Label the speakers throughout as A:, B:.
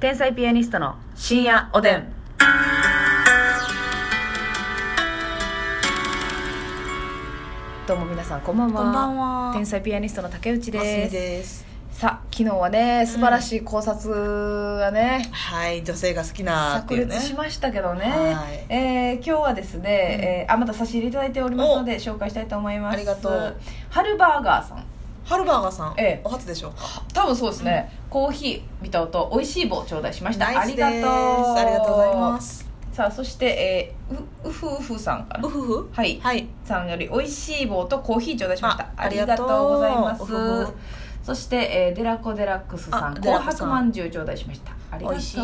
A: 天才ピアニストの深夜おでん。どうも皆さんこんばんは。
B: こんばんは
A: 天才ピアニストの竹内
B: ますみ
A: です。
B: です
A: さあ昨日はね素晴らしい考察がね。
B: はい女性が好きなって
A: 炸
B: いうね
A: 裂しましたけどね、
B: はい
A: えー今日はですね、えーあまた差し入れいただいておりますので紹介したいと思います
B: ありがとう
A: ハルバーガーさん
B: ハルバーガーさん、
A: ええ
B: お初でしょうか
A: 多分そうですね、コーヒー見た音美味しい棒頂戴しました
B: ナ
A: あ
B: イス
A: り
B: です
A: がとう
B: ありがとうございます
A: さあそして、えーううふうふさんか
B: う
A: な
B: ふふ
A: はい
B: はい
A: さんより美味しい棒とコーヒー頂戴しましたあ
B: あ
A: りがとうございます
B: ありがとううふふ
A: そして、えーデラコデラックスさん
B: あデ
A: 紅
B: ラコさん
A: 白まんじゅう頂戴しましたありがとう
B: 美味しい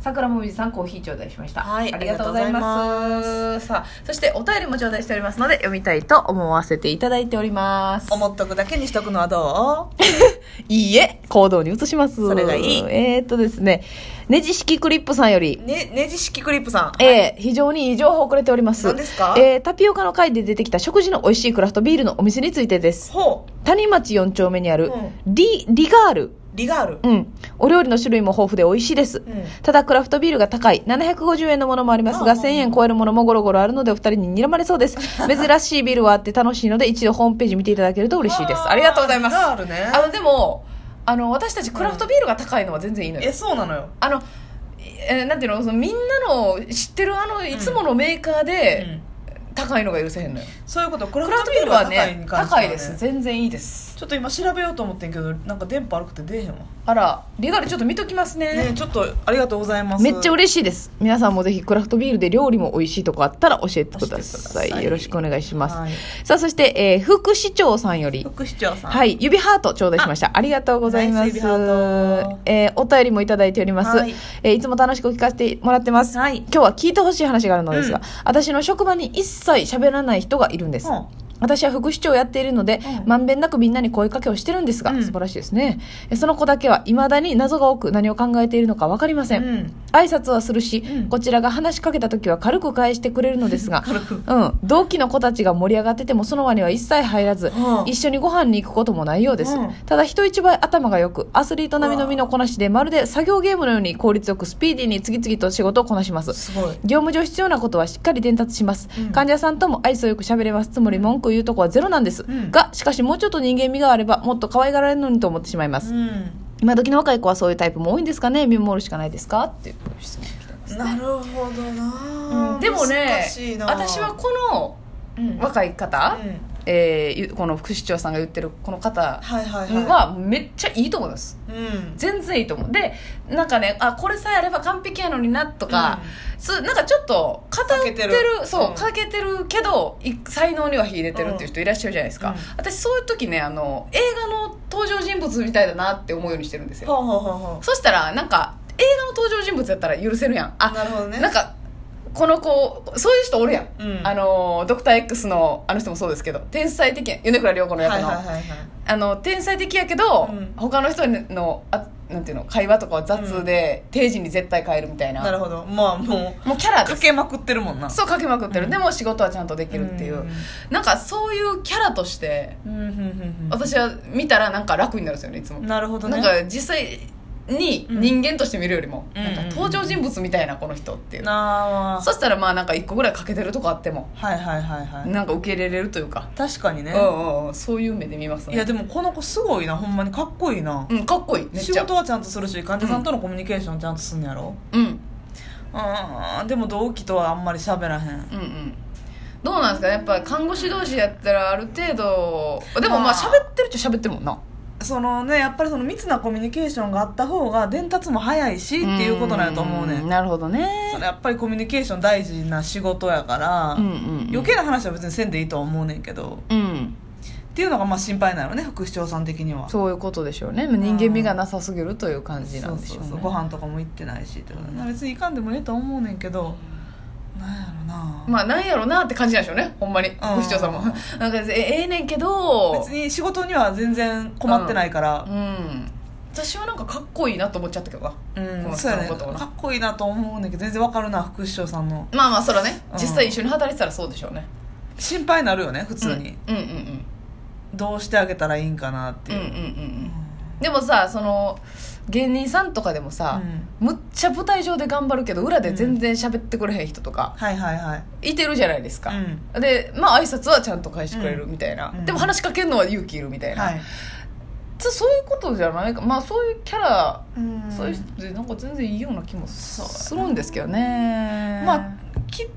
A: 桜もみじさんコーヒー頂戴しました、
B: はい
A: ありがとうござい
B: ありがとう
A: ま
B: ござ
A: すさあそしてお便りも頂戴しておりますので読みたいと思わせていただいております
B: 思っとくだけにしとくのはどう
A: いいえ、行動に移します。
B: それがいい
A: えーっとですね、ネジ式クリップさんより、
B: ねネジ式クリップさん
A: えー非常にいい情報をくれております。
B: 何ですか
A: えータピオカの会で出てきた食事の美味しいクラフトビールのお店についてです。
B: ほう
A: 谷町4丁目にある、
B: う
A: リ、リガール。
B: リガール
A: うん。お料理の種類も豊富で美味しいです。
B: うん
A: ただクラフトビールが高い750円のものもあります
B: あ
A: が
B: あ
A: 1000円超えるものもゴロゴロあるのでお二人に睨まれそうです珍しいビールはあって楽しいので一度ホームページ見ていただけると嬉しいですありがとうございます
B: リガールね
A: あのでもあの私たちクラフトビールが高いのは全然いいのよ、
B: えそうなのよ
A: あのえーなんていうのそのみんなの知ってるあのいつものメーカー
B: う
A: で
B: ん
A: 高いのが許せへんのよ、
B: そういうことクラ
A: ク
B: フ
A: ラフ
B: ト
A: ト
B: ビ
A: ビ
B: ー
A: ー
B: ル
A: ル
B: は
A: は
B: 高い
A: ね
B: に関して
A: 高
B: はい
A: です全然いいです
B: ちょっと今調べようと思ってんけどなんか電波悪くて出えへんわ
A: あらリガルちょっと見ときます
B: ね
A: ね
B: ちょっとありがとうございます
A: めっちゃ嬉しいです皆さんもぜひクラフトビールで料理も美味しいとこあったら教えてください
B: 教えてください
A: よろしくお願いします、
B: はい
A: さあそして、えー副市長さんより
B: 副市長さん
A: はい、指ハート頂戴しました。ありがとうございま
B: ナ
A: す。
B: イス指ハート
A: えーお便りもいただいております。
B: はい
A: えーいつも楽しく聞かせてもらってます。
B: はい
A: 今日は聞いてほしい話があるのですが、
B: うん
A: 私の職場に一切喋らない人がいるんです。
B: うん
A: 私は副市長をやっているので、
B: うん
A: まんべんなくみんなに声かけをしてるんですが、
B: うん
A: 素晴らしいですね。えその子だけは未だに謎が多く何を考えているのかわかりません。
B: うん
A: 挨拶はするし、
B: うん
A: こちらが話しかけた時は軽く返してくれるのですが、
B: 軽
A: う
B: く
A: ん、同期の子たちが盛り上がっててもその輪には一切入らず、
B: うん
A: 一緒にご飯に行くこともないようです、
B: うん
A: ただ人一倍頭が良くアスリート並みの身のこなしでまるで作業ゲームのように効率よくスピーディーに次々と仕事をこなします
B: すごい
A: 業務上必要なことはしっかり伝達します、
B: うん
A: 患者さんとも愛想よく喋れますつまり文句を言うとこはゼロなんです、
B: うん
A: がしかしもうちょっと人間味があればもっと可愛がられるのにと思ってしまいます、
B: うん
A: 今時の若い子はそういうタイプも多いんですかね見守るしかないですかっていう質問来てます
B: なるほどな、
A: うんでもね
B: 難しいな
A: 私は、この
B: うん
A: 若い方、
B: うん
A: えーゆこの副市長さんが言ってるこの方
B: はいはいは
A: はめっちゃいいと思います
B: い、うん、
A: 全然いいと思うでなんかねあこれさえあれば完璧やのになとか、そうなんかちょっと偏ってる
B: 欠けてる
A: そう、
B: うん
A: 欠けてるけどい才能には秀でてるっていう人いらっしゃるじゃないですか、
B: うん
A: 私そういう時ねあの映画の登場人物みたいだなって思うようにしてるんですよ
B: ほうほうほうほ
A: そしたらなんか映画の登場人物やったら許せるやんあ
B: うなるほどね
A: なんかこの子そういう人おるやん、
B: うん
A: あのドクター x のあの人もそうですけど天才的やん米倉涼子の
B: はい
A: 役の、
B: はいはいはい
A: あの天才的やけど、
B: うん
A: 他の人のあなんていうの会話とかは雑で、定時に絶対変えるみたいな
B: なるほどまあも
A: もうキャラ
B: う
A: で
B: か
A: す
B: けまくってるもんな
A: そうかけまくってる、
B: うん
A: でも仕事はちゃんとできるっていう、
B: うん
A: なんかそういうキャラとして
B: うんうんうん
A: 私は見たらなんか楽になるんですよねいつも、
B: うんなるほど
A: な
B: ね
A: んか実際に
B: うん
A: 人間として見るよりも、
B: うん
A: なんか登場人物みたいなこの人っていう、
B: なあ
A: そしたらまあなんか一個ぐらい欠けてるとこあっても
B: はいはいはいはい
A: なんか受け入れれるというか、
B: 確かにね
A: うんうんうん、そういう目で見ます
B: いや
A: ね
B: でもこの子すごいなほんまにかっこいいな、
A: うんかっこいいめっ
B: 仕
A: ちゃ
B: 事はちゃんとするし患者さんとのコミュニケーションちゃんとすんのやろ
A: うん
B: うんでも同期とはあんまり喋らへん
A: うんうんどうなんですかねやっぱ看護師同士やったらある程度でもまあ
B: あー
A: 喋ってるっちゃ喋ってるもんな
B: そのねやっぱりその密なコミュニケーションがあった方が伝達も早いしっていうことなんやと思うね
A: ん
B: ん
A: なるほど
B: そ
A: ね
B: のやっぱりコミュニケーション大事な仕事やから、
A: うんうんうん
B: 余計な話は別にせんでいいとは思うねんけど
A: うん
B: っていうのがまあ心配なのね副市長さん的には
A: そういうことでしょうねまあ人間味がなさすぎるという感じなんでしょうね
B: そうそうそうご飯とかも行ってないしってことね別にいかんでもええと思うねんけどなんやろな、
A: まあなんやろなって感じなんでしょうねほんまに副市長 さんもなんかえええねんけど
B: 別に仕事には全然困ってないから、
A: うん私はなんかかっこいいなと思っちゃったけどな
B: うん、
A: この
B: そうやね
A: このこと
B: かっこいいなと思うねんだけど全然わかるな副市長さんの
A: まあまあそれはね
B: うん
A: 実際一緒に働いてたらそうでしょうね
B: 心配なるよね普通に、
A: うんうんうん
B: どうしてあげたらいいんかなって
A: うん
B: い
A: うん
B: う、
A: うんうんでもさその芸人さんとかでもさ、むっちゃ舞台上で頑張るけど裏で全然喋ってくれへん人とか
B: はいはいはい
A: いてるじゃないですか、
B: うん
A: でまあ挨拶はちゃんと返してくれるみたいな、
B: うん
A: でも話しかけるのは勇気いるみたいな、
B: はい
A: つそういうことじゃないかまあそういうキャラ、
B: うん
A: そういう人ってなんか全然いいような気もするんですけどね
B: まあき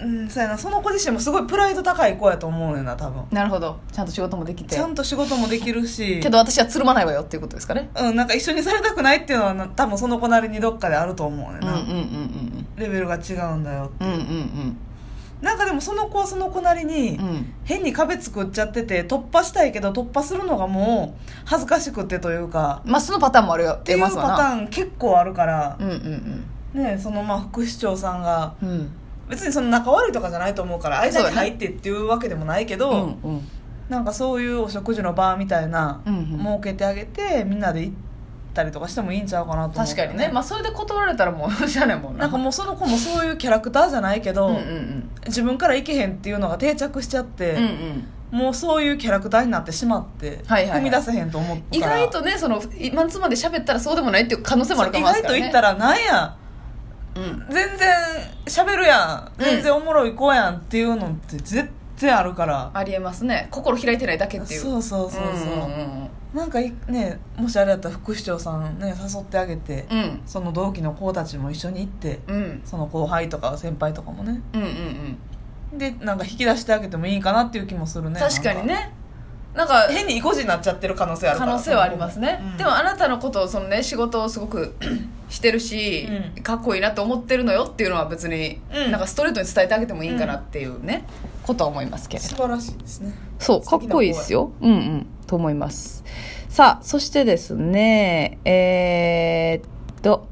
B: うんそうやなその子自身もすごいプライド高い子やと思うねんな多分
A: なるほどちゃんと仕事もできて
B: ちゃんと仕事もできるし
A: けど私はつるまないわよっていうことですかね
B: うん、なんか一緒にされたくないっていうのはな多分その子なりにどっかであると思うねん
A: うんうん
B: な、
A: うんうん
B: レベルが違うんだよ
A: うんうんうん
B: なんかでもその子はその子なりに、
A: うんうん
B: 変に壁作っちゃってて突破したいけど突破するのがもう恥ずかしくてというか
A: まあそのパターンもあるよ
B: っていうパ
A: ます
B: タ
A: わな
B: ーン結構あるから、
A: うんうん
B: ねそのまあ副市長さんが
A: うんうん
B: 別にその仲悪いとかじゃないと思うから
A: そう
B: 間
A: だ
B: に
A: ね
B: 入ってっていうわけでもないけ
A: う
B: ど、
A: んうん
B: なんかそういうお食事の場みたいな、
A: うんうん
B: 設けてあげてみんなで行ったりとかしてもいいんちゃうかなと思う
A: 確かにね、まあ、それで断られたらもうじゃないもんな
B: なんかもうその子もそういうキャラクターじゃないけど、
A: うんうん
B: 自分から行けへんっていうのが定着しちゃって、
A: うんうんうん
B: もうそういうキャラクターになってしまって、
A: はいはいはい
B: 踏み出せへんと思う
A: 意
B: から
A: 外とねそのマンツーマンで喋ったらそうでもないっていう可能性もあるか
B: 意
A: もしれ
B: 外
A: な
B: と
A: い
B: 言った
A: ら、
B: らなんや
A: うん、
B: 全然喋るや
A: う
B: ん
A: ん
B: 全然おもろい子やんっていうのって絶対あるから、
A: ありえますね心開いてないだけっていう
B: そうそうそうそう、
A: うんうん
B: なんかいねもしあれやったら副市長さんね誘ってあげて、
A: うんうん
B: その同期の子たちも一緒に行って
A: うん
B: その後輩とか先輩とかもね
A: うんうんうん
B: でなんか引き出してあげてもいいかなっていう気もするね
A: 確かに
B: なん
A: ねなんか
B: 変に意固地になっちゃってる可能性あるか
A: 可
B: ら
A: 能性はありますね、
B: うん
A: でもあなたのことをそのね仕事をすごく してるし、
B: うん
A: かっこいいなと思ってるのよっていうのは別に、
B: うん
A: なんかストレートに伝えてあげてもいいかなっていうね、ことは思いますけれど
B: 素晴らしいですね
A: そう、かっこいいですよ。うんうん、と思います。さあ、そしてですね、えーっと、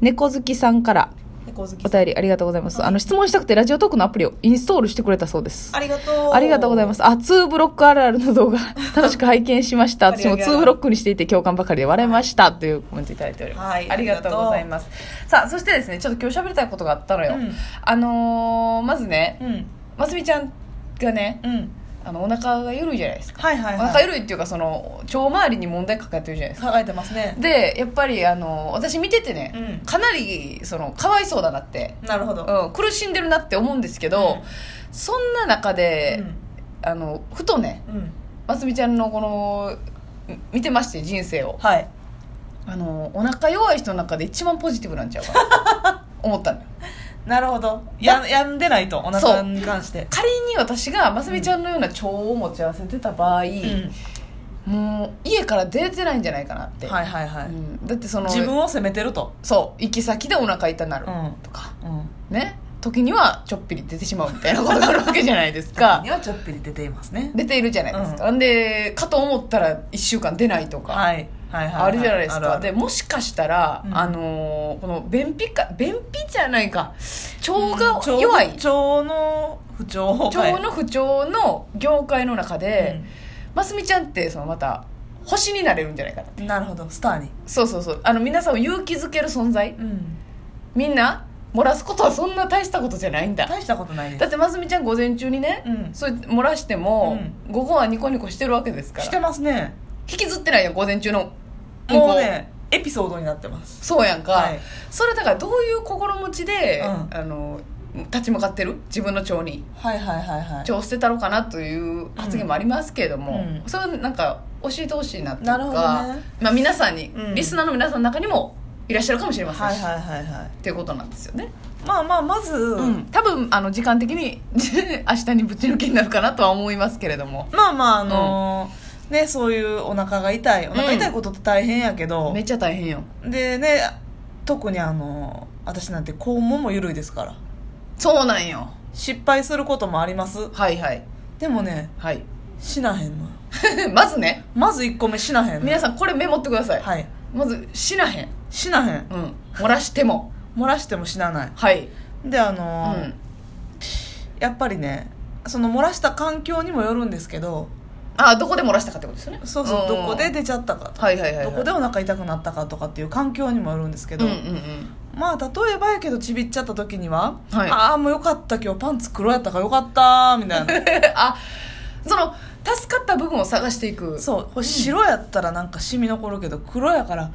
A: 猫好きさんから
B: 猫好
A: お
B: きさん
A: 便りありがとうございます。あの、質問したくてラジオトークのアプリをインストールしてくれたそうです。
B: ありがとう
A: ありがとうございます。あ、2ブロックあるあるの 動画、楽しく拝見しました。私も2ブロックにしていて共感ばかりで笑いました。というコメントいただいております。
B: はい
A: ありがとうございます。さあ、そしてですね、ちょっと今日喋りたいことがあったのよ。
B: うん
A: あのーまずね、
B: うん
A: ますみちゃんがね、
B: うん
A: あの、お腹が緩いじゃないですか。
B: はいはい
A: お
B: は
A: 腹
B: い
A: 緩いっていうかその腸周りに問題抱えてるじゃないですか
B: 考えてますね
A: でやっぱりあの私見ててね、
B: うん
A: かなりそのかわいそうだなって、
B: なるほど
A: うん、苦しんでるなって思うんですけど、そんな中で、あのふとね
B: うんうん
A: ますみちゃんのこのみ見てまして人生を
B: はい
A: あのお腹弱い人の中で一番ポジティブなんちゃうかな 思ったのよ
B: なるほどや病んでないとお腹に関して
A: 仮に私がますみちゃんのような腸を持ち合わせてた場合、
B: うん
A: もう家から出てないんじゃないかなって、
B: はいはい
A: う
B: はい
A: んだってその
B: 自分を責めてると
A: そう行き先でお腹痛なる
B: うん
A: とか、
B: うん
A: ね時にはちょっぴり出てしまうみたいなことがあるわけじゃないです
B: 中
A: か
B: に はちょっぴり出ていますね
A: 出ているじゃないですか、、
B: うん
A: でかと思ったら1週間出ないとか、
B: はいはいはいはい
A: あるじゃないですか
B: あるある
A: でもしかしたら、
B: うん
A: あのーこの便秘か便秘じゃないか腸が
B: 腸
A: 弱い、
B: 腸の不調
A: 腸の不調の業界の中で、ますみちゃんってそのまた星になれるんじゃないかな
B: うんなるほどスターに
A: そうそうそうあの皆さんを勇気づける存在
B: うん
A: みんな漏らすことはそんな大したことじゃないんだ
B: 大したことないで
A: だ
B: す
A: ってますみちゃん午前中にね、
B: うん
A: それ漏らしても、午後はニコニコしてるわけですか
B: して
A: ら
B: ますね
A: 引きずってないやん午前中のうんこ
B: もうねエピソードになってます
A: そうやんか、
B: はい
A: それだからどういう心持ちで、
B: うん
A: あの立ち向かってる自分の腸に
B: はいはいはいはい
A: 腸を捨てたろうかなという発言もありますけれども、
B: うん
A: それなんか教えてほしいなっていう
B: なるほ
A: か、
B: どね
A: まあ、皆さんに、
B: うん
A: リスナーの皆さんの中にもいらっしゃるかもしれませんし、
B: はいはいはいはい
A: っていうことなんですよね、
B: まあまあまず、
A: うん多分あの時間的に 明日にぶち抜きになるかなとは思いますけれども
B: まあまああのーねそういうお腹が痛いお腹痛いことって大変やけど
A: め、っちゃ大変よ
B: でね特にあのー私なんて肛門も緩いですから
A: そうなんよ
B: 失敗することもあります
A: はいはい
B: でもね
A: はい
B: 死なへんの
A: まずね
B: まず1個目死なへんの
A: 皆さんこれメモってください、
B: はい
A: まず死なへん
B: 死なへん
A: うん漏らしても
B: 漏らしても死なない
A: はい
B: であ
A: う
B: のー
A: ん
B: やっぱりねその漏らした環境にもよるんですけど
A: あどこで漏らしたかってことですよね
B: そうそう、
A: ん
B: どこで出ちゃったかとか、
A: はいはいはいはい
B: どこでお腹痛くなったかとかっていう環境にもよるんですけ
A: う
B: ど、
A: んうんうん
B: まあ例えばやけどちびっちゃった時には、
A: はい
B: ああもうよかった今日パンツ黒やったからよかったみたいな
A: あその助かった部分を探していく
B: そうこれ白やったらなんか染み残るけど黒やから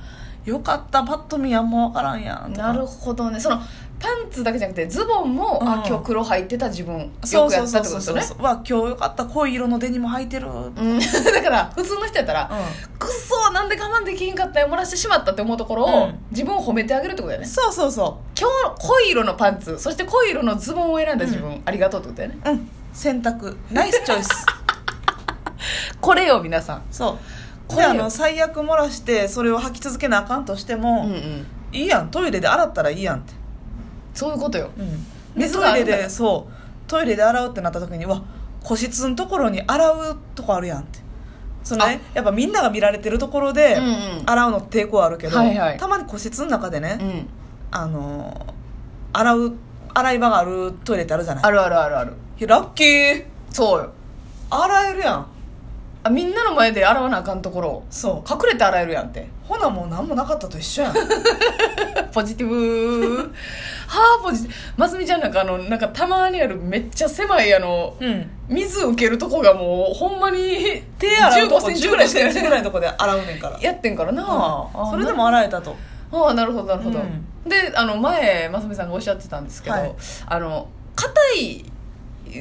B: よかったパッと見あんま分からんやんとか
A: なるほどねそのパンツだけじゃなくてズボンも、
B: うん
A: あ今日黒入ってた自分よく
B: そうそ
A: や
B: う
A: った
B: そ
A: っ
B: う
A: てこと
B: そう
A: です
B: そ
A: よ
B: う
A: ね
B: わ今日よかった濃い色のデニム履いてる、うん、
A: うん だから普通の人やったら、くっそなんで我慢できひんかったよ漏らしてしまったって思うところを、
B: うん
A: 自分を褒めてあげるってことだよね
B: そうそうそ
A: 今日濃い色のパンツそして濃い色のズボンを選んだ自分、ありがとうってことだよね
B: ううん選択ナイスチョイ ス
A: これよ皆さん
B: そう
A: こ
B: これ
A: れよ
B: あの最悪漏らしてそれを履き続けなあかんとしても、
A: ん
B: いいやんトイレで洗ったらいいやんって、
A: そういうことよ
B: で
A: 水
B: ト
A: があ
B: イ
A: る
B: レ
A: んだ
B: でそうトイレで洗うってなった時にうわ個室のところに洗うとこあるやんってそのねやっぱみんなが見られてるところで、
A: うんうん
B: 洗うの抵抗あるけど、
A: はいはい
B: たまに個室の中でね、
A: うん
B: あのー洗う洗い場があるトイレってあるじゃない
A: あるあるあるある
B: いやラッキー
A: そうよ
B: 洗えるやん
A: あみんなの前で洗わなあかんところを
B: そう
A: 隠れて洗えるやんって
B: ほなもう何もなかったと一緒やん
A: ポジティ ブはあポジティブますみちゃんなんかあのなんかたまにあるめっちゃ狭いあの
B: うん
A: 水受けるとこがもうほんまに
B: 手洗うとこ
A: 15センチぐらいして
B: 15センチぐらいのとこで洗うねんから
A: やってんからな、
B: うんそれでも
A: あ
B: 洗えたと
A: あーなるほどなるほど、
B: うん
A: であの前真澄さんがおっしゃってたんですけど、
B: はい
A: あの硬い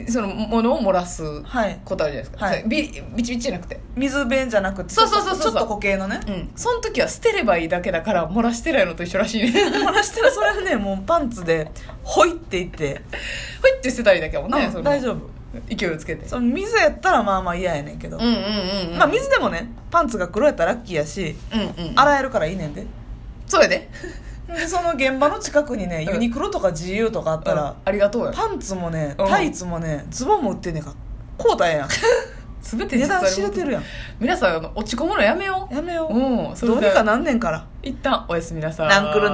A: そのものを漏らす
B: はい
A: ことあるじゃないですか、
B: はい
A: ビビチビチじゃなくて
B: 水弁じゃなくて
A: そうそうそうそう
B: ちょっと固形のね
A: うんその時は捨てればいいだけだから漏らしてないのと一緒らしいね
B: 漏らしたらそれはねもうパンツでほいっていって、
A: ふいって捨てたりだけやもんね、
B: うん
A: その
B: 大丈夫
A: 勢いをつけて
B: その水やったらまあまあ嫌やねんけど、
A: うんうんうんうん
B: まあ水でもねパンツが黒やったらラッキーやし
A: うんうん
B: 洗えるからいいねんで
A: そうやで
B: でその現場の近くにね
A: うん
B: ユニクロとか GU とかあった
A: うん
B: ら、
A: ありがとうよ
B: パンツもね
A: うん
B: タイツもねズボンも売ってんねんからこうたらええやん
A: 全て
B: 値
A: 実は
B: 段知れてるやん
A: 皆さんあの落ち込むのやめよ
B: やめよ
A: う
B: う
A: うんそれ
B: どう
A: で
B: にかなんねんから
A: 一旦おやすみなさい
B: なんくる